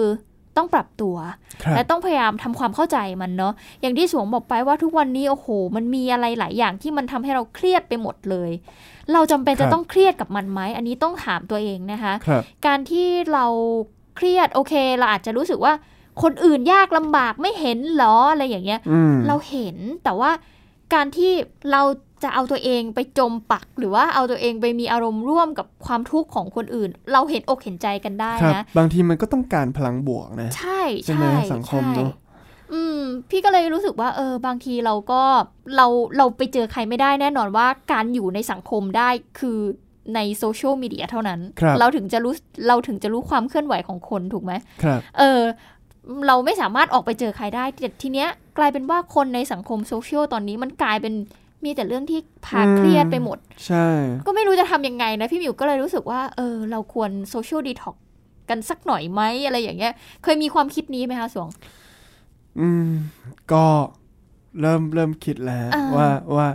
[SPEAKER 2] ต้องปรับตัว
[SPEAKER 3] ครับ
[SPEAKER 2] และต้องพยายามทำความเข้าใจมันเนาะอย่างที่สวงบอกไปว่าทุกวันนี้โอ้โห มันมีอะไรหลายอย่างที่มันทำให้เราเครียดไปหมดเลย เราจำเป็น
[SPEAKER 3] ค
[SPEAKER 2] จะ
[SPEAKER 3] รับ
[SPEAKER 2] ต้องเครียดกับมันไหมอันนี้ต้องถามตัวเองนะคะ
[SPEAKER 3] ครับ
[SPEAKER 2] การที่เราเครียดโอเค เราอาจจะรู้สึกว่าคนอื่นยากลำบากไม่เห็นเหรออะไรอย่างเงี้ย
[SPEAKER 3] อืม
[SPEAKER 2] เราเห็นแต่ว่าการที่เราจะเอาตัวเองไปจมปัก หรือว่าเอาตัวเองไปมีอารมณ์ร่วมกับความทุกข์ของคนอื่น เราเห็นอกเห็นใจกันได้
[SPEAKER 3] ครับ
[SPEAKER 2] นะ
[SPEAKER 3] บางทีมันก็ต้องการพลังบวกนะ
[SPEAKER 2] ใช่
[SPEAKER 3] ใช่ไหม
[SPEAKER 2] ใช่
[SPEAKER 3] สังคม
[SPEAKER 2] ใช่
[SPEAKER 3] เนอะ
[SPEAKER 2] อืม พี่ก็เลยรู้สึกว่า เออ บางทีเราก็เราเราไปเจอใครไม่ได้แน่นอนว่าการอยู่ในสังคมได้คือในโซเชียลมีเดียเท่านั้น
[SPEAKER 3] ครับ
[SPEAKER 2] เราถึงจะรู้เราถึงจะรู้ความเคลื่อนไหวของคนถูกไหม
[SPEAKER 3] ครับ
[SPEAKER 2] เออเราไม่สามารถออกไปเจอใครได้แต่ทีเนี้ยกลายเป็นว่าคนในสังคมโซเชียลตอนนี้มันกลายเป็นมีแต่เรื่องที่พา
[SPEAKER 3] อืม
[SPEAKER 2] เครียดไปหมด
[SPEAKER 3] ใช่
[SPEAKER 2] ก็ไม่รู้จะทำยังไงนะ พี่หมิวก็เลยรู้สึกว่าเออเราควรโซเชียลดีท็อกกันสักหน่อยไหมอะไรอย่างเงี้ย เคยมีความคิดนี้ไหมคะสวง
[SPEAKER 3] อืม ก็เริ่มเริ่มคิดแล้ว
[SPEAKER 2] อ่า
[SPEAKER 3] ว่าว่า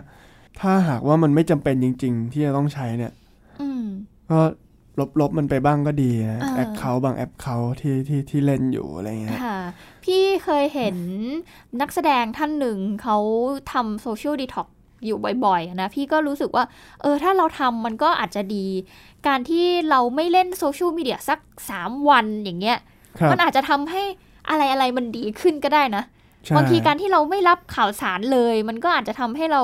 [SPEAKER 3] ถ้าหากว่ามันไม่จำเป็นจริง ๆ ที่จะต้องใช้เนี่ย
[SPEAKER 2] อืม
[SPEAKER 3] ก็ ลบๆมันไปบ้างก็ดีนะ
[SPEAKER 2] เออ
[SPEAKER 3] แอคเคาท์บางแอคเคาท์ที่ที่ที่เล่นอยู่อะไรเงี้ย
[SPEAKER 2] ค่ะ พี่เคยเห็นนักแสดงท่านหนึ่งเขาทำโซเชียลดีท็อกอยู่บ่อยๆนะ พี่ก็รู้สึกว่า เออ ถ้าเราทำมันก็อาจจะดี การที่เราไม่เล่นโซเชียลมีเดียสัก 3 วันอย่างเงี้ย
[SPEAKER 3] ครับ
[SPEAKER 2] มันอาจจะทำให้อะไรอะไรๆมันดีขึ้นก็ได้นะ
[SPEAKER 3] ใช่
[SPEAKER 2] บางทีการที่เราไม่รับข่าวสารเลย มันก็อาจจะทำให้เรา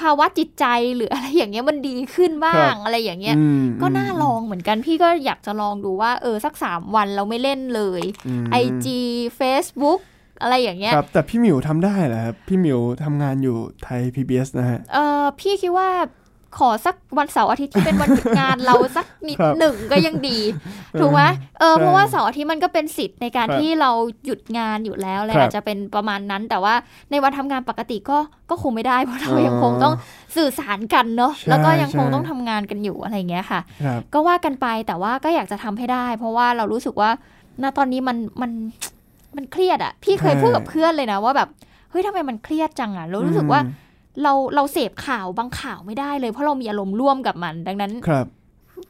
[SPEAKER 2] ภาวะจิตใจหรืออะไรอย่างเงี้ยมันดีขึ้นบ้างอะไรอย่างเงี้ย
[SPEAKER 3] อืม
[SPEAKER 2] ก็น่าลองเหมือนกันพี่ก็อยากจะลองดูว่า เออสักสามวันเราไม่เล่นเลย
[SPEAKER 3] ม
[SPEAKER 2] IG Facebook อะไรอย่างเงี้ย
[SPEAKER 3] ครับ แต่พี่หมิวทำได้เหรอครับ พี่หมิวทำงานอยู่ไทย PBS นะฮะ
[SPEAKER 2] เออพี่คิดว่าขอสักวันเสาร์อาทิตย์ที่เป็นวันหยุดงาน เราสักนิด
[SPEAKER 3] ครับ
[SPEAKER 2] หนึ่งก็ยังดี ถูกไหมเออ
[SPEAKER 3] ใช่
[SPEAKER 2] เพราะว่าเสาร์อาทิตย์มันก็เป็นสิทธิ์ในการ
[SPEAKER 3] ครับ
[SPEAKER 2] ที่เราหยุดงานอยู่แล้วเลย
[SPEAKER 3] ครับ
[SPEAKER 2] อาจจะเป็นประมาณนั้น แต่ว่าในวันทำงานปกติก็ก็คงไม่ได้เพราะเรา
[SPEAKER 3] อ๋อ
[SPEAKER 2] ยังคงต้องสื่อสารกันเนอะ
[SPEAKER 3] ใช่
[SPEAKER 2] แล้วก็ยังคง
[SPEAKER 3] ใช่
[SPEAKER 2] ต้องทำงานกันอยู่อะไรอย่างเงี้ยค่ะ
[SPEAKER 3] ครับ
[SPEAKER 2] ก็ว่ากันไปแต่ว่าก็อยากจะทำให้ได้ เพราะว่าเรารู้สึกว่าณตอนนี้มันมันมันเครียดอะพี่เคย
[SPEAKER 3] ใช่
[SPEAKER 2] พูดกับเพื่อนเลยนะว่าแบบเฮ้ยทำไมมันเครียดจังอะเรารู้สึกว่า
[SPEAKER 3] อืม
[SPEAKER 2] เราเราเสพข่าวบางข่าวไม่ได้เลยเพราะเรามีอารมณ์ร่วมกับมัน ดังนั้น
[SPEAKER 3] ครับ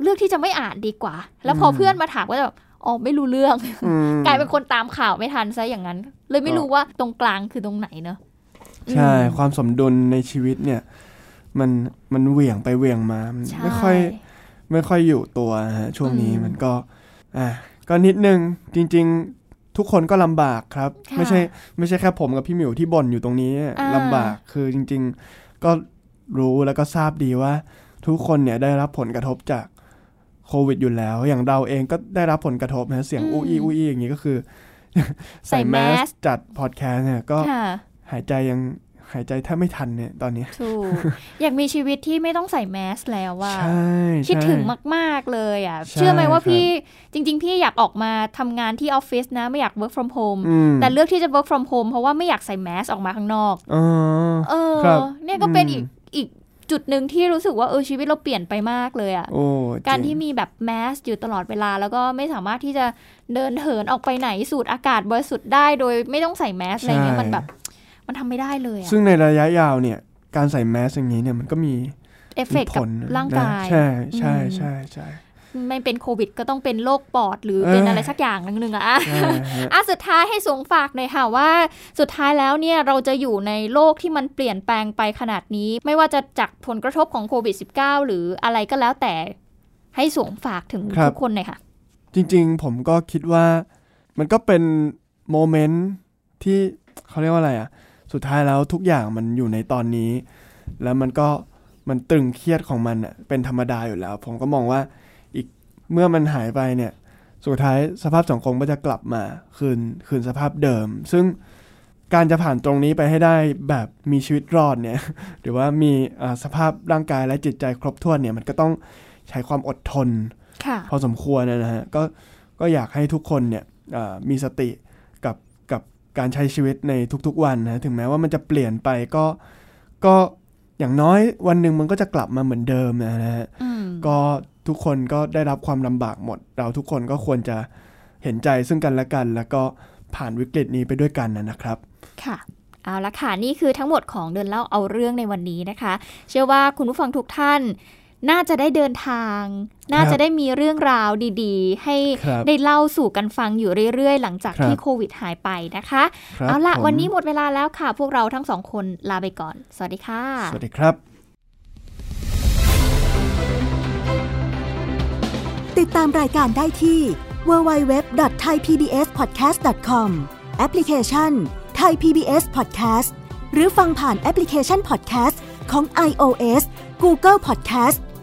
[SPEAKER 2] เลือกที่จะไม่อ่านดีกว่า แล้วพออ
[SPEAKER 3] ม
[SPEAKER 2] เพื่อนมาถามก็จะแบบอ๋อไม่รู้เรื่อง
[SPEAKER 3] อืม
[SPEAKER 2] กลายเป็นคนตามข่าวไม่ทันซะอย่างนั้น เลยไม่
[SPEAKER 3] ก็
[SPEAKER 2] รู้ว่าตรงกลางคือตรงไหนเนอะ
[SPEAKER 3] ใช่
[SPEAKER 2] อืม
[SPEAKER 3] ความสมดุลในชีวิตเนี่ย มันมันเหวี่ยงไปเหวี่ยงมามัน
[SPEAKER 2] ใช่
[SPEAKER 3] ไม่ค่อย ไม่ค่อยอยู่ตัวนะฮะช่วงนี้
[SPEAKER 2] อืม
[SPEAKER 3] มันก็อ่ะก็นิดนึงจริง ๆ ทุกคนก็ลำบากครับ
[SPEAKER 2] ค่ะ
[SPEAKER 3] ไม่ใช่ไม่ใช่แค่ผมกับพี่หมิวที่บ่นอยู่ตรงนี้
[SPEAKER 2] อ่า
[SPEAKER 3] ลำบากคือจริง ๆ ก็รู้แล้วก็ทราบดีว่า ทุกคนเนี่ยได้รับผลกระทบจากโควิดอยู่แล้ว อย่างเราเองก็ได้รับผลกระทบนะเสียงอู้อี้อู้อี้อย่างนี้ก็คือ ใส่แมสจัดพอดแคสต์เนี่ยก็
[SPEAKER 2] ค่ะ
[SPEAKER 3] หายใจยังหายใจแทบไม่ทันเนี่ยตอนนี้
[SPEAKER 2] ถูก อยากมีชีวิตที่ไม่ต้องใส่แมสแล้วว่า
[SPEAKER 3] ใช่
[SPEAKER 2] คิดถึง
[SPEAKER 3] ใช่
[SPEAKER 2] มาก ๆ เลยอ่ะ
[SPEAKER 3] ใช่
[SPEAKER 2] เชื่อไหมว่า
[SPEAKER 3] ครับ
[SPEAKER 2] พี่จริง ๆ พี่อยากออกมาทำงานที่ออฟฟิศนะ ไม่อยาก work from home
[SPEAKER 3] อืม
[SPEAKER 2] แต่เลือกที่จะ work from home เพราะว่าไม่อยากใส่แมสออกมาข้างนอก
[SPEAKER 3] อ๋อ
[SPEAKER 2] เออ
[SPEAKER 3] ครับ
[SPEAKER 2] เนี่ยก็เป็น
[SPEAKER 3] อืม
[SPEAKER 2] อีกอีกจุดหนึ่งที่รู้สึกว่าเออชีวิตเราเปลี่ยนไปมากเลยอ่ะ
[SPEAKER 3] โอ้
[SPEAKER 2] การ
[SPEAKER 3] จง
[SPEAKER 2] ที่มีแบบแมสอยู่ตลอดเวลา แล้วก็ไม่สามารถที่จะเดินเหินออกไปไหนสูดอากาศบริสุทธิ์ได้โดยไม่ต้องใส่แมสอะไรเงี้ย
[SPEAKER 3] ใช่
[SPEAKER 2] มันแบบ มันทำไม่ได้เลยอะ
[SPEAKER 3] ซึ่งในระยะยาวเนี่ย การใส่แมสอย่างนี้เนี่ยมันก็มี
[SPEAKER 2] เอฟเฟ
[SPEAKER 3] มี
[SPEAKER 2] กต์
[SPEAKER 3] ผ
[SPEAKER 2] กับ
[SPEAKER 3] ลนะ
[SPEAKER 2] ร่างกาย
[SPEAKER 3] ใช่ใช่
[SPEAKER 2] อืม
[SPEAKER 3] ใช่ใช่
[SPEAKER 2] ไม่เป็นโควิดก็ต้องเป็นโรคปอดหรือ
[SPEAKER 3] เออ
[SPEAKER 2] เป็นอะไรสักอย่างนึงนึงอะอ่ะ
[SPEAKER 3] ใช่ฮะ
[SPEAKER 2] อ่ะสุดท้ายให้สวงฝากหน่อยค่ะว่า สุดท้ายแล้วเนี่ยเราจะอยู่ในโลกที่มันเปลี่ยนแปลงไปขนาดนี้ ไม่ว่าจะจากผลกระทบของโควิด -19 หรืออะไรก็แล้วแต่ ให้สวงฝากถึงทุกคนหน่อยค่ะ
[SPEAKER 3] จริงๆ ผมก็คิดว่ามันก็เป็นโมเมนต์ที่เขาเรียกว่าอะไรอ่ะ สุดท้ายแล้วทุกอย่างมันอยู่ในตอนนี้ แล้วมันก็มันตรึงเครียดของมันอ่ะเป็นธรรมดาอยู่แล้ว ผมก็มองว่าอีกเมื่อมันหายไปเนี่ย สุดท้ายสภาพสังคมก็จะกลับมาคืนคืนสภาพเดิม ซึ่งการจะผ่านตรงนี้ไปให้ได้แบบมีชีวิตรอดเนี่ย หรือว่ามีอ่าสภาพร่างกายและจิตใจครบถ้วนเนี่ยมันก็ต้องใช้ความอดทน
[SPEAKER 2] ค่ะ
[SPEAKER 3] พอสมควรนะฮะก็ก็อยากให้ทุกคนเนี่ยเอ่อมีสติกับกับการใช้ชีวิตในทุกๆวันนะถึงแม้ว่ามันจะเปลี่ยนไปก็ก็อย่างน้อยวันหนึ่งมันก็จะกลับมาเหมือนเดิมนะฮะ
[SPEAKER 2] อืม
[SPEAKER 3] ก็ทุกคนก็ได้รับความลำบากหมด เราทุกคนก็ควรจะเห็นใจซึ่งกันและกัน แล้วก็ผ่านวิกฤตนี้ไปด้วยกันนะนะครับ
[SPEAKER 2] ค่ะ เอาละค่ะ นี่คือทั้งหมดของเดินเล่าเอาเรื่องในวันนี้นะคะ เชื่อว่าคุณผู้ฟังทุกท่าน น่าจะได้เดินทาง น่าจะได้มีเรื่องราวดีๆ ให้
[SPEAKER 3] ครับ
[SPEAKER 2] ได้เล่าสู่กันฟังอยู่เรื่อยๆ หลังจาก
[SPEAKER 3] ครับ
[SPEAKER 2] ที่โควิดหายไปนะคะ
[SPEAKER 3] ครับ
[SPEAKER 2] เอาละ
[SPEAKER 3] ผม
[SPEAKER 2] วันนี้หมดเวลาแล้วค่ะ พวกเราทั้งสองคนลาไปก่อน สวัสดีค่ะ
[SPEAKER 3] สวัสดีครับ
[SPEAKER 5] ติดตามรายการได้ที่ www.thaipbspodcast.com แอปพลิเคชัน Thai PBS Podcast หรือฟังผ่านแอปพลิเคชัน Podcast ของ iOS Google Podcast